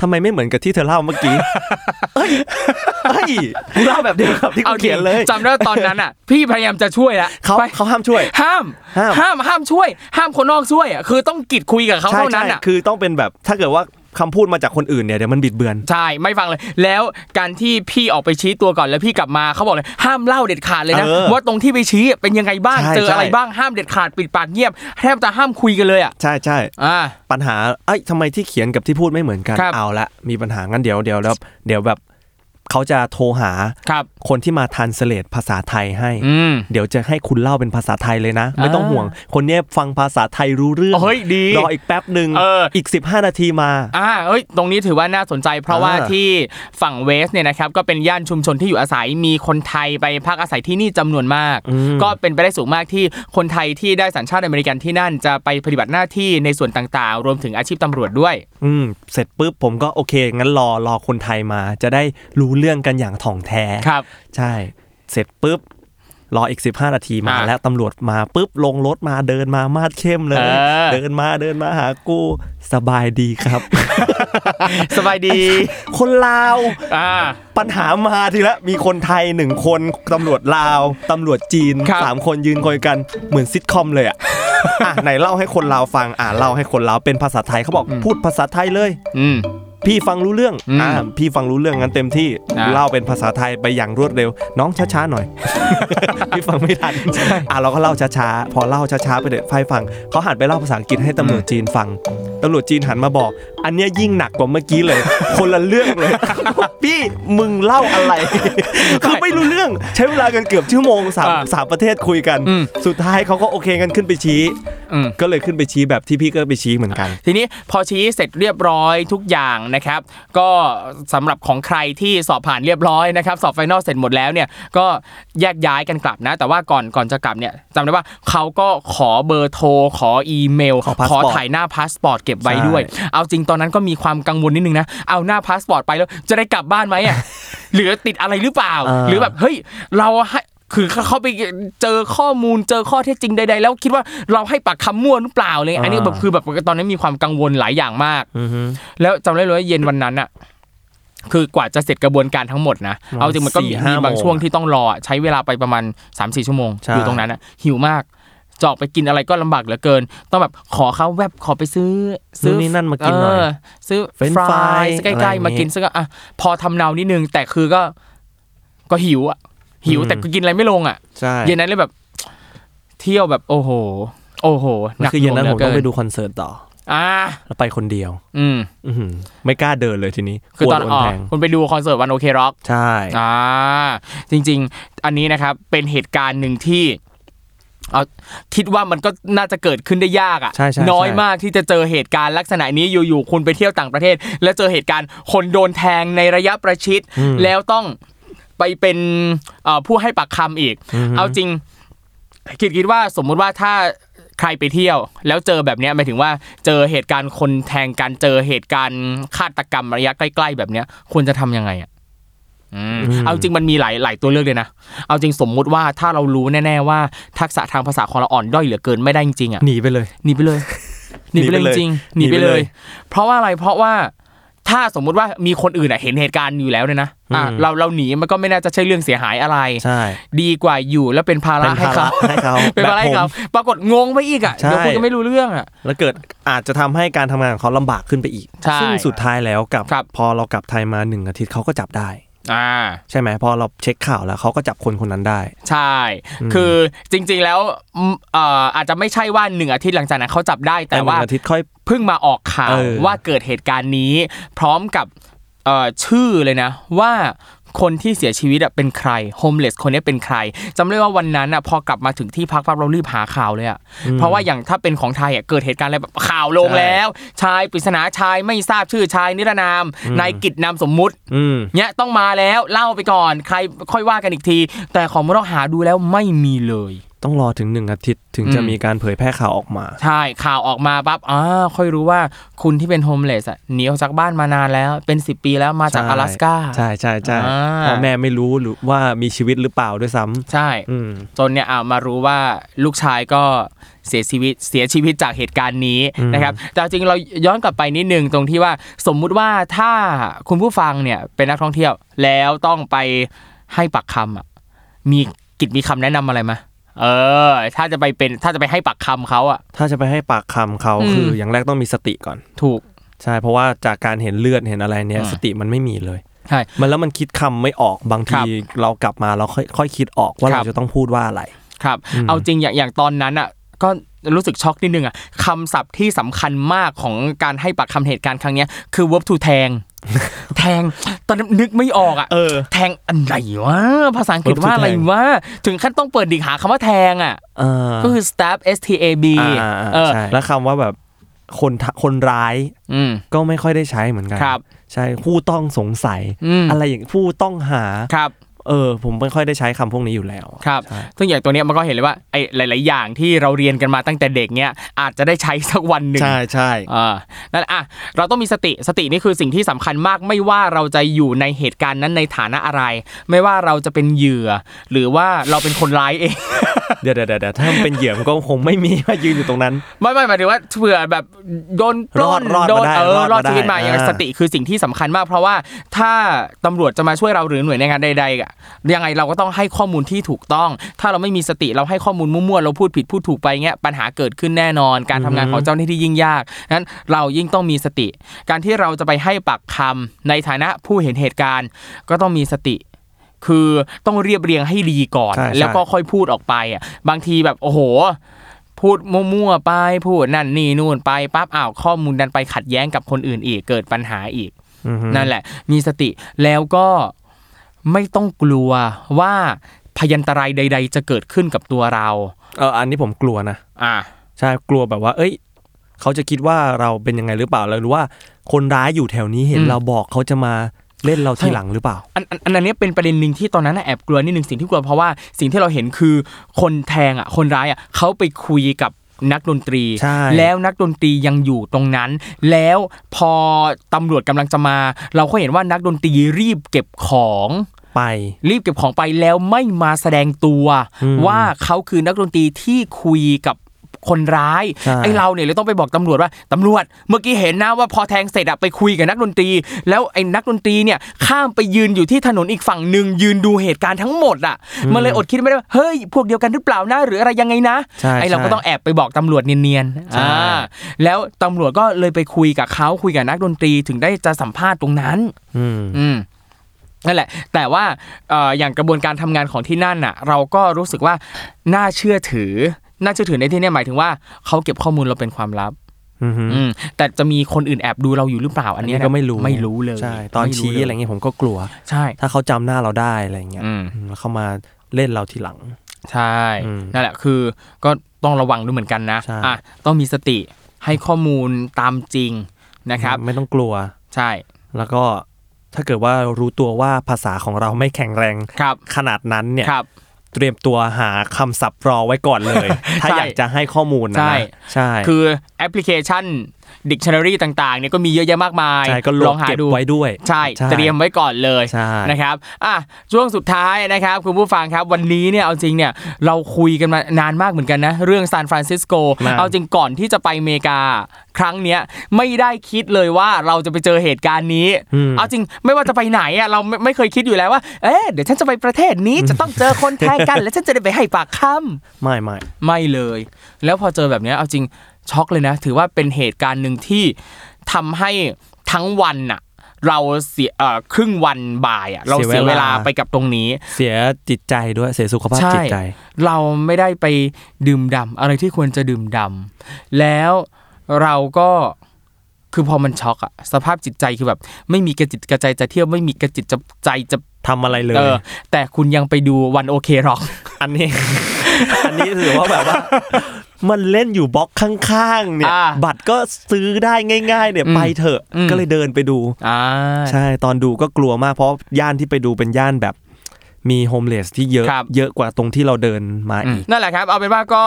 S3: ทำไมไม่เหมือนกับที่เธอเล่าเมื่อกี้ เอ้ยเอ้ยกูเล่าแบบเดียวกับที่กู
S2: เอา
S3: เขียนเลย
S2: จำได้ว่าตอนนั้น อ่ะ พี่พยายามจะช่วยละ
S3: เขา
S2: ไป
S3: เขาห้ามช่วย
S2: ห้าม
S3: ห้าม
S2: ห้ามห้ามช่วย ห้ามคนนอกช่วยอ่ะคือต้องกีดคุยกับเขาเท่านั้นอ่ะ
S3: ใช่คือต้องเป็นแบบถ้าเกิดว่าคำพูดมาจากคนอื่นเนี่ยเดี๋ยวมันบิดเบือน
S2: ใช่ ไม่ฟังเลย แล้วการที่พี่ออกไปชี้ตัวก่อนแล้วพี่กลับมาเขาบอกเลยห้ามเล่าเด็ดขาดเลยนะ
S3: เออ
S2: ว่าตรงที่ไปชี้เป็นยังไงบ้าง
S3: ใช่
S2: เจออะไร
S3: ใช่
S2: บ้างห้ามเด็ดขาดปิดปากเงียบแทบจะห้ามคุยกันเลยอ่ะ
S3: ใช่ใช่
S2: อ่า
S3: ปัญหาเอ้ยทำไมที่เขียนกับที่พูดไม่เหมือนกัน
S2: ครับ
S3: เอาละมีปัญหางั้นเดี๋ยวเดี๋ยวแล้วเดี๋ยวแบบเขาจะโทรหา
S2: ครับ
S3: คนที่มาทันเสลดภาษาไทยให้
S2: อืม
S3: เดี๋ยวจะให้คุณเล่าเป็นภาษาไทยเลยนะ ไม่ต้อง
S2: อ่า
S3: ห่วง คนเนี้ยฟังภาษาไทยรู้เรื่อง
S2: เฮ้ยดี
S3: รออีกแป๊บหนึ่ง
S2: เอออี
S3: ก 15 นาทีมา
S2: อ่าเอ้ย ตรงนี้ถือว่าน่าสนใจ เพราะว่า
S3: อ่า
S2: ที่ฝั่งเวสเนี่ยนะครับ ก็เป็นย่านชุมชนที่อยู่อาศัย มีคนไทยไปพักอาศัยที่นี่จำนวนมาก
S3: อืม
S2: ก็เป็นไปได้สูงมากที่คนไทยที่ได้สัญชาติอเมริกันที่นั่นจะไปปฏิบัติหน้าที่ในส่วนต่างๆ รวมถึงอาชีพตำรวจด้วย
S3: อืมเสร็จปุ๊บผมก็โอเค งั้นรอรอคนไทยมา จะได้รู้เรื่องกันอย่างถ่องแท้
S2: ครับ
S3: ใช่ เสร็จปุ๊บ รออีก 15 นาทีมา
S2: อ่ะ
S3: แล้วตำรวจมาปุ๊บลงรถมาเดินมามาดเข้มเลย
S2: เออ
S3: เดินมาเดินมาหากูสบายดีครับ
S2: สบายดี
S3: คนลาว
S2: อ่า
S3: ปัญหามาทีละ มีคนไทยหนึ่งคนตำรวจลาวตำรวจจีน
S2: ครับ
S3: สามคนยืนคุยกันเหมือนซิทคอมเลยอ่ะ อ่ะไหนเล่าให้คนลาวฟังอ่ะเล่าให้คนลาวเป็นภาษาไทยเขาบอกพูดภาษาไทยเลย
S2: อืม
S3: พี่ฟังรู้เรื่อง
S2: อืม
S3: อ่าพี่ฟังรู้เรื่องงั้นเต็มที่
S2: อ่า
S3: เล่าเป็นภาษาไทยไปอย่างรวดเร็ว น้องช้าๆหน่อย พี่ฟังไม่ทันอ่ะเราก็เล่าช้าๆพอเล่าช้าๆไปเด็ดไฟฟังเขาหันไปเล่าภาษาอังกฤษให้ตำรวจจีนฟังตำรวจจีนหันมาบอก อันเนี้ยยิ่งหนักกว่าเมื่อกี้เลย คนละเรื่องเลย พี่มึงเล่าอะไร คือไม่รู้เรื่องใช้เวลากันเกือบชั่วโมงสาม
S2: อ่า
S3: สามประเทศคุยกัน
S2: อืม
S3: สุดท้ายเขาก็โอเคกันขึ้นไปชี้
S2: อืม
S3: ก็เลยขึ้นไปชี้แบบที่พี่ก็ไปชี้เหมือนกัน
S2: ทีนี้พอชี้เสร็จเรียบร้อยทุกอย่างนะครับ ก็สำหรับของใครที่สอบผ่านเรียบร้อยนะครับ สอบไฟนอลเสร็จหมดแล้วเนี่ยก็แยกย้ายกันกลับนะ แต่ว่าก่อนก่อนจะกลับเนี่ยจำได้ว่าเขาก็ขอเบอร์โทร ขออีเมล
S3: ขอพาสปอร์ต
S2: ขอถ่ายหน้าพาสปอร์ตเก็บไว้
S3: ใช่
S2: ด้วย เอาจริงตอนนั้นก็มีความกังวลนิดนึงนะเอาหน้าพาสปอร์ตไปแล้วจะได้กลับบ้านไหม อ่ะ หรือติดอะไรหรือเปล่า
S3: อ่า
S2: หรือแบบเฮ้ยเราให้คือเขาไปเจอข้อมูลเจอข้อเท็จจริงใดๆแล้วคิดว่าเราให้ปากคำมั่วหรือเปล่าอะไรเงี้ยอันนี้แบบคือแบบตอนนั้นมีความกังวลหลายอย่างมาก
S3: อือฮึ
S2: แล้วจำได้เลยว่าเย็นวันนั้นอะคือกว่าจะเสร็จกระบวนการทั้งหมดนะ
S3: ประมาณ
S2: เอาจริงมันก็มี
S3: สี่ห้า
S2: มีบาง
S3: โมง
S2: ช่วงที่ต้องรออะใช้เวลาไปประมาณ3ามสี่ชั่วโมง
S3: ใช่
S2: อยู่ตรงนั้นอะหิวมากจะออกไปกินอะไรก็ลำบากเหลือเกิน ต้องแบบขอเขาแวบขอไปซื้อซื้
S3: นู่นนี่นั่นมากินหน่อย
S2: เซื้อ
S3: เฟรนช์
S2: ฟ
S3: ฟ
S2: ร
S3: รา
S2: า
S3: ย
S2: ยใกล้
S3: อะไรอย่าง
S2: ๆมากิน
S3: งี้
S2: ซึ่งก็อ่ะพอทำเนานิดนึง แต่คือก็ก็หิวอะหิวแต่ก็กินอะไรไม่ลงอะ
S3: ใช่
S2: เย็นนั้นเลยแบบ เที่ยวแบบโอ้โห โอ้โหห
S3: มัน
S2: นัก
S3: คือ
S2: ห
S3: เย็
S2: น่วน ง
S3: นั้น
S2: เหลื
S3: ผ
S2: อ
S3: ม
S2: เกิ
S3: ต้อง
S2: น
S3: ไปดูคอนเสิร์ตต่อ
S2: อ่า
S3: แล้วไปคนเดียว
S2: อืม
S3: อื้อหือไม่กล้าเดินเลยทีนี้
S2: คือตอน
S3: กลัวโด
S2: ออก
S3: แทง
S2: คุณไปดูคอนเสิร์ตวันโอเคร็อก
S3: ใช่
S2: อ่าจริง ๆ อันนี้นะครับเป็นเหตุการณ์หนึ่งที่เอาคิดว่ามันก็น่าจะเกิดขึ้นได้ยาก
S3: ใช่ใช่
S2: อะ่ะน้อย
S3: ใช่
S2: มากที่จะเจอเหตุการณ์ลักษณะนี้อยู่ๆคุณไปเที่ยวต่างประเทศ แล้วเจอเหตุการณ์คนโดนแทงในระยะประชิด แล้วต้องไปเป็นเอ่อผู้ให้ปากคำอีก เอาจริง คิดคิดว่าสมมุติว่าถ้าใครไปเที่ยว แล้วเจอแบบเนี้ยหมายถึงว่าเจอเหตุการณ์คนแทงกันเจอเหตุการณ์ฆาตกรรมระยะใกล้ๆแบบเนี้ยควรจะทำยังไงอ่ะอืมเอาจริงมันมีหลายหลายตัวเลือกเลยนะเอาจริงสมมุติว่าถ้าเรารู้แน่ๆว่าทักษะทางภาษาของเราอ่อนด้อยเหลือเกินไม่ได้จริงๆอ่ะ
S3: หนีไปเลย
S2: หนีไปเลยหนีไปเลยจริงๆหนีไปเลย เพราะว่าอะไรเพราะว่า ถ้าสมมุติว่ามีคนอื่นอะเห็นเหตุการณ์อยู่แล้วเนี่ยนะอ่ะ
S3: อืม
S2: เราเราหนีมันก็ไม่น่าจะใช่เรื่องเสียหายอะไร
S3: ใช่
S2: ดีกว่าอยู่แล้วเป็นภาระ
S3: เป็น
S2: ให้
S3: ภาระ
S2: เขา
S3: ให้เขา
S2: เป็นภาระให้เขา
S3: แบบผ
S2: ปรากฏงงไปอีกอ่ะ
S3: ใช่
S2: เดี๋ยวคุณก็ไม่รู้เรื่องอ่ะ
S3: แล้วเกิดอาจจะทำให้การทำงานของเขาลำบากขึ้นไปอีก
S2: ใช่
S3: ซึ่งสุดท้ายแล้วกลับ
S2: ครับ
S3: พอเรากลับไทยมาหนึ่งอาทิตย์เขาก็จับได้
S2: อ่า
S3: ใช่ไหมพอเราเช็คข่าวแล้วเขาก็จับคนคนนั้นได้
S2: ใช่ คือจริงๆแล้วอืมเอ่ออาจจะไม่ใช่ว่าหนึ่งอาทิตย์หลังจากนั้นเขาจับได้ แต่
S3: แต่ว่า
S2: ว่า
S3: อาทิตย์ค่อย
S2: เพิ่งมาออกข่าว
S3: เออ
S2: ว่าเกิดเหตุการณ์นี้ พร้อมกับเอ่อชื่อเลยนะ ว่าคนที่เสียชีวิตอะเป็นใครโฮมเลสคนนี้เป็นใครจำได้ว่าวันนั้นอะพอกลับมาถึงที่พักปั๊บเรารีบหาข่าวเลยอะเพราะว่าอย่างถ้าเป็นของไทยอะเกิดเหตุการณ์อะไรแบบข่าวลงแล้ว ชายปริศนาชายไม่ทราบชื่อชายนิรนามนายกิจนามสมมุติ
S3: อืม
S2: เนี่ยต้องมาแล้วเล่าไปก่อนใครค่อยว่ากันอีกที แต่ของมรหาดูแล้วไม่มีเลย
S3: ต้องรอถึงหนึ่งอาทิตย์ถึงจะ
S2: อืม
S3: มีการเผยแพร่ข่าวออกมา
S2: ใช่ข่าวออกมาปั๊บอ้าค่อยรู้ว่าคุณที่เป็นโฮมเลสอะหนีออกจากบ้านมานานแล้วเป็น 10 ปีแล้วมาจาก
S3: ใช่
S2: 阿拉สก้า
S3: ใช่ใช่ใช่
S2: อ่า
S3: พ่อแม่ไม่รู้หรือว่ามีชีวิตหรือเปล่าด้วยซ้ำ
S2: ใช่
S3: อืม
S2: จนเนี่ยอ่ามารู้ว่าลูกชายก็เสียชีวิตเสียชีวิตจากเหตุการณ์นี้
S3: อืม
S2: นะครับแต่จริงเราย้อนกลับไปนิดนึงตรงที่ว่าสมมุติว่าถ้าคุณผู้ฟังเนี่ยเป็นนักท่องเที่ยวแล้วต้องไปให้ปักคำอ่ะมีกิจมีคำแนะนำอะไรไหมาเออ ถ้าจะไปเป็นถ้าจะไปให้ปักคำเขาอ่ะ
S3: ถ้าจะไปให้ปากคำเขา
S2: อืม
S3: คืออย่างแรกต้องมีสติก่อน
S2: ถูก
S3: ใช่ เพราะว่าจากการเห็นเลือดเห็นอะไรเนี่ย
S2: อ่า
S3: สติมันไม่มีเลย
S2: ใช่
S3: มันแล้วมันคิดคำไม่ออกบาง
S2: ครั
S3: ที
S2: บ
S3: เรากลับมาเราค่อยค่อยคิดออกว่า
S2: ครับ
S3: เราจะต้องพูดว่าอะไร
S2: ครับ
S3: อืม
S2: เอาจริงอย่างอย่างตอนนั้นอ่ะก็รู้สึกช็อกนิดนึงอ่ะคำศัพท์ที่สำคัญมากของการให้ปากคำเหตุการณ์ครั้งเนี้ยคือ verb to แท ง แทงตอนนั้นนึกไม่ออกอ่ะ
S3: เออ
S2: แทงอันไหนวะภาษาอังกฤษ
S3: Verb to
S2: ว่าอะไร
S3: แทง
S2: วะถึงขั้นต้องเปิดดิกหาคำว่าแทงอ่ะ
S3: เออ
S2: ก็คือ stab s t a b
S3: าา
S2: เออ
S3: ใช่แล้วคำว่าแบบคนทะคนร้าย
S2: อืม
S3: ก็ไม่ค่อยได้ใช้เหมือนกัน
S2: ครับ
S3: ใช่ผู้ต้องสงสัย
S2: อืม
S3: อะไรอย่างผู้ต้องหา
S2: ครับ
S3: เออ ผมไม่ค่อยได้ใช้คำพวกนี้อยู่แล้ว
S2: ครับ
S3: ใช่
S2: ซึ่งอย่างตัวเนี้ยมันก็เห็นเลยว่าไอ้หลาย ๆ อย่างที่เราเรียนกันมาตั้งแต่เด็กเนี้ยอาจจะได้ใช้สักวันหนึ่ง
S3: ใช่ใช่
S2: อ่านั่นแหละอ่ะเราต้องมีสติสตินี่คือสิ่งที่สำคัญมากไม่ว่าเราจะอยู่ในเหตุการณ์นั้นในฐานะอะไร ไม่ว่าเราจะเป็นเหยื่อ หรือว่าเราเป็นคนร้ายเอง
S3: เดี๋ยวเดี๋ยวเดี๋ยวถ้ามันเป็นเหยื่อมันก็คงไม่มีมายืนอยู่ตรงนั้น
S2: ไม่ไม่หมายถึงว่าเผื่อแบบโดนปล้น
S3: รอดร
S2: โด
S3: อด
S2: น
S3: มาได้
S2: เออ
S3: ร
S2: ร
S3: อ
S2: อ
S3: ด
S2: ด
S3: มา
S2: ชีวิตมา
S3: ได้
S2: อย่างนั้น
S3: อ่า
S2: สติคือสิ่งที่สำคัญมาก เพราะว่าถ้าตำรวจจะมาช่วยเราหรือหน่วยงานใดๆอ่ะยังไงเราก็ต้องให้ข้อมูลที่ถูกต้อง ถ้าเราไม่มีสติเราให้ข้อมูลมั่วๆเราพูดผิดพูดถูกไปเงี้ยปัญหาเกิดขึ้นแน่นอน การทำงานของเจ้าหน้าที่ยิ่งยากนั้นเรายิ่งต้องมีสติ การที่เราจะไปให้ปากคำในฐานะผู้เห็นเหตุการณ์ ก็ต้องมีสติ คือต้องเรียบเรียงให้ดีก่อน
S3: ใช่ใช่
S2: แล้วก็ค่อยพูดออกไปอ่ะบางทีแบบโอ้โห พูดมั่วๆไปพูดนั่นนี่นู่นไปปั๊บอ้าวข้อมูลดันไปขัดแย้งกับคนอื่นอีกเกิดปัญหาอีก
S3: อือฮึ
S2: นั่นแหละ มีสติแล้วก็ไม่ต้องกลัวว่าพยันตรายใด ๆ จะเกิดขึ้นกับตัวเรา
S3: เอออันนี้ผมกลัวนะ
S2: อ่ะ
S3: ใช่กลัวแบบว่า เอ้ย เขาจะคิดว่าเราเป็นยังไงหรือเปล่าแล้วหรือว่าคนร้ายอยู่แถวนี้เห็น
S2: อืม
S3: เราบอกเขาจะมาเล่นเราทีหลังหรือเปล่า
S2: อันอันอันอันเนี้ยเป็นประเด็นหนึ่งที่ตอนนั้นน่ะแอบกลัวนิดหนึ่งสิ่งที่กลัวเพราะว่าสิ่งที่เราเห็นคือคนแทงอ่ะคนร้ายอ่ะเขาไปคุยกับนักดนตรี
S3: ใช่
S2: แล้วนักดนตรียังอยู่ตรงนั้น แล้วพอตำรวจกำลังจะมา เราก็เห็นว่านักดนตรีรีบเก็บของ
S3: ไป
S2: รีบเก็บของไปแล้วไม่มาแสดงตัว
S3: อืม
S2: ว่าเขาคือนักดนตรีที่คุยกับคนร้าย
S3: ใช่
S2: ไอ้เราเนี่ยเลยต้องไปบอกตำรวจว่าตำรวจ เมื่อกี้เห็นนะว่าพอแทงเสร็จอะไปคุยกับนักดนตรี แล้วไอ้นักดนตรีเนี่ยข้ามไปยืนอยู่ที่ถนนอีกฝั่งหนึ่งยืนดูเหตุการณ์ทั้งหมดอะมันเลยอดคิดไม่ได้ว่าเฮ้ยพวกเดียวกันหรือเปล่านะหรืออะไรยังไงนะ
S3: ใช่
S2: ไอ้เราก็
S3: ใช่
S2: ต้องแอบไปบอกตำรวจเนียนๆ
S3: ใช่
S2: อ่าแล้วตำรวจก็เลยไปคุยกับเขาคุยกับนักดนตรีถึงได้จะสัมภาษณ์ตรงนั้น
S3: อืม
S2: อืมนั่นแหละ แต่ว่าเอ่ออย่างกระบวนการทำงานของที่นั่นน่ะ เราก็รู้สึกว่าน่าเชื่อถือ น่าเชื่อถือในที่เนี้หมายถึงว่าเขาเก็บข้อมูลเราเป็นความลับ
S3: อือฮึ
S2: อืม แต่จะมีคนอื่นแอบดูเราอยู่หรือเปล่า อันเนี้ยนะ
S3: ก็ไม่รู้
S2: ไม่รู้เลย
S3: ใช่ ตอน
S2: ม่
S3: ชี้
S2: ลย
S3: อะไรเงี้ยผมก็กลัว
S2: ใช่
S3: ถ้าเขาจำหน้าเราได้อะไรเงี้ย
S2: อืม
S3: อืมแล้วเขามาเล่นเราทีหลัง
S2: ใช่
S3: อืม
S2: นั่นแหละคือก็ต้องระวังด้วยเหมือนกันนะ
S3: ใช่
S2: อ่ะต้องมีสติให้ข้อมูลตามจริงนะครับ
S3: ไม่ต้องกลัว
S2: ใช่
S3: แล้วก็ถ้าเกิดว่ารู้ตัวว่าภาษาของเราไม่แข็งแรง
S2: ครับ
S3: ขนาดนั้นเนี่ย
S2: ครับ
S3: เตรียมตัวหาคำศัพท์รอไว้ก่อนเลย ถ้า
S2: ใช่
S3: อยากจะให้ข้อมูลนะ
S2: ใช่
S3: ใช่
S2: คือแอปพลิเคชัน ดิกชันนารีต่างๆเนี่ยก็มีเยอะแยะมากมาย
S3: ใช่ก็โหล
S2: ลอ
S3: ด
S2: งหา
S3: เก็บ
S2: ดู
S3: ไว้ด้วย
S2: ใช่ เตรียมไว้ก่อนเลย
S3: ใช่
S2: นะครับอ่ะช่วงสุดท้ายนะครับคุณผู้ฟังครับวันนี้เนี่ยเอาจริงเนี่ยเราคุยกันมานานมากเหมือนกันนะ เรื่องซานฟรานซิสโก
S3: นาน
S2: เอาจริงก่อนที่จะไปอเมริกา ครั้งเนี้ยไม่ได้คิดเลยว่าเราจะไปเจอเหตุการณ์นี้ เอาจริงไม่ว่าจะไปไหนอ่ะเราไม่ไม่เคยคิดอยู่แล้วว่าเอ๊ะเดี๋ยวฉันจะไปประเทศนี้จะต้องเจอคนแทนกัน แล้วฉันจะได้ไปให้ปากคำ
S3: ไม่ไม่
S2: ไม่เลย แล้วพอเจอแบบเนี้ยเอาจริงช็อกเลยนะ ถือว่าเป็นเหตุการณ์หนึ่งที่ทำให้ทั้งวันน่ะ เราเสียเอ่อครึ่งวันบ่ายอะเราเสียเวลาไปกับตรงนี้
S3: เสียจิตใจด้วยเสียสุขภาพ
S2: ใช่
S3: จิตใจ
S2: เราไม่ได้ไปดื่มด่ำอะไรที่ควรจะดื่มด่ำแล้วเราก็คือพอมันช็อกอะสภาพจิตใจคือแบบ ไม่มีกระจิตกระใจจะเที่ยวไม่มีกระจิตจะใจจะ
S3: ทำอะไรเลย
S2: เออแต่คุณยังไปดูวันโอเคหรอก
S3: อัน นี้ อันนี้ถือว่าแบบว่า มันเล่นอยู่บล็อกข้างๆเนี่ย
S2: อ่า
S3: บัตรก็ซื้อได้ง่าย ๆ เนี่ย
S2: อืม
S3: ไปเถอะ
S2: อืม
S3: ก็เลยเดินไปดู
S2: อ่า
S3: ใช่ตอนดูก็กลัวมากเพราะย่านที่ไปดูเป็นย่านแบบ มีโฮมเลสที่เยอะ
S2: ครับ
S3: เยอะกว่าตรงที่เราเดินมา
S2: อืม
S3: อีก
S2: นั่นแหละครับ เอาเป็นว่าก็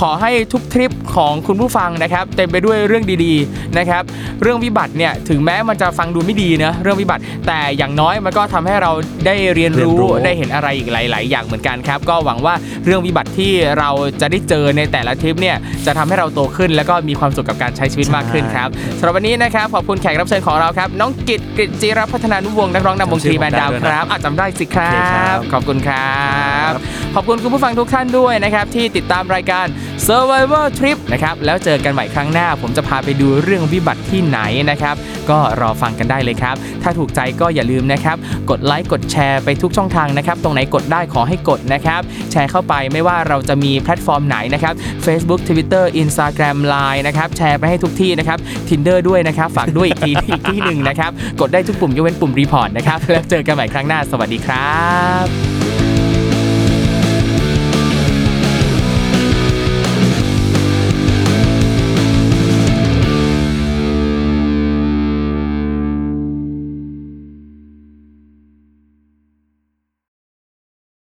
S2: ขอให้ทุกทริปของคุณผู้ฟังนะครับ เต็มไปด้วยเรื่องดีๆนะครับ เรื่องวิบัติเนี่ยถึงแม้มันจะฟังดูไม่ดีนะเรื่องวิบัติ แต่อย่างน้อยมันก็ทำให้เราได้เรียนรู้
S3: เรียนรู้
S2: ได้เห็นอะไรอีกหลาย ๆ อย่างเหมือนกันครับ ก็หวังว่าเรื่องวิบัติที่เราจะได้เจอในแต่ละทริปเนี่ยจะทำให้เราโตขึ้น แล้วก็มีความสุขกับการใช้ชีวิตมากขึ้นครับสำหรับวันนี้นะครับขอบคุณแขกรับเชิญของเราครับน้องกิตกิจจิรพัฒนานุวงศ์นักร้องนำวงทีแมนดาวครับอาจจำได้สิครั
S3: โอเคครับ บ
S2: ขอบคุณครับ ขอบคุณคุณผู้ฟังทุกท่านด้วยนะครับ ที่ติดตามรายการ Survivor Trip นะครับ แล้วเจอกันใหม่ครั้งหน้า ผมจะพาไปดูเรื่องวิบัติที่ไหนนะครับ ก็รอฟังกันได้เลยครับ ถ้าถูกใจก็อย่าลืมนะครับ กดไลค์กดแชร์ไปทุกช่องทางนะครับ ตรงไหนกดได้ขอให้กดนะครับ แชร์เข้าไปไม่ว่าเราจะมีแพลตฟอร์มไหนนะครับ Facebook Twitter Instagram Line นะครับแชร์ไปให้ทุกที่นะครับ Tinder ด้วยนะครับ ฝากด้วยอีก ทีอีกที่หนึ่งนะครับกดได้ทุกปุ่มยกเว้นปุ่มรีพอร์ตนะครับแล้วเจอกันใหม่ครั้งหน้าสวัสดีครับ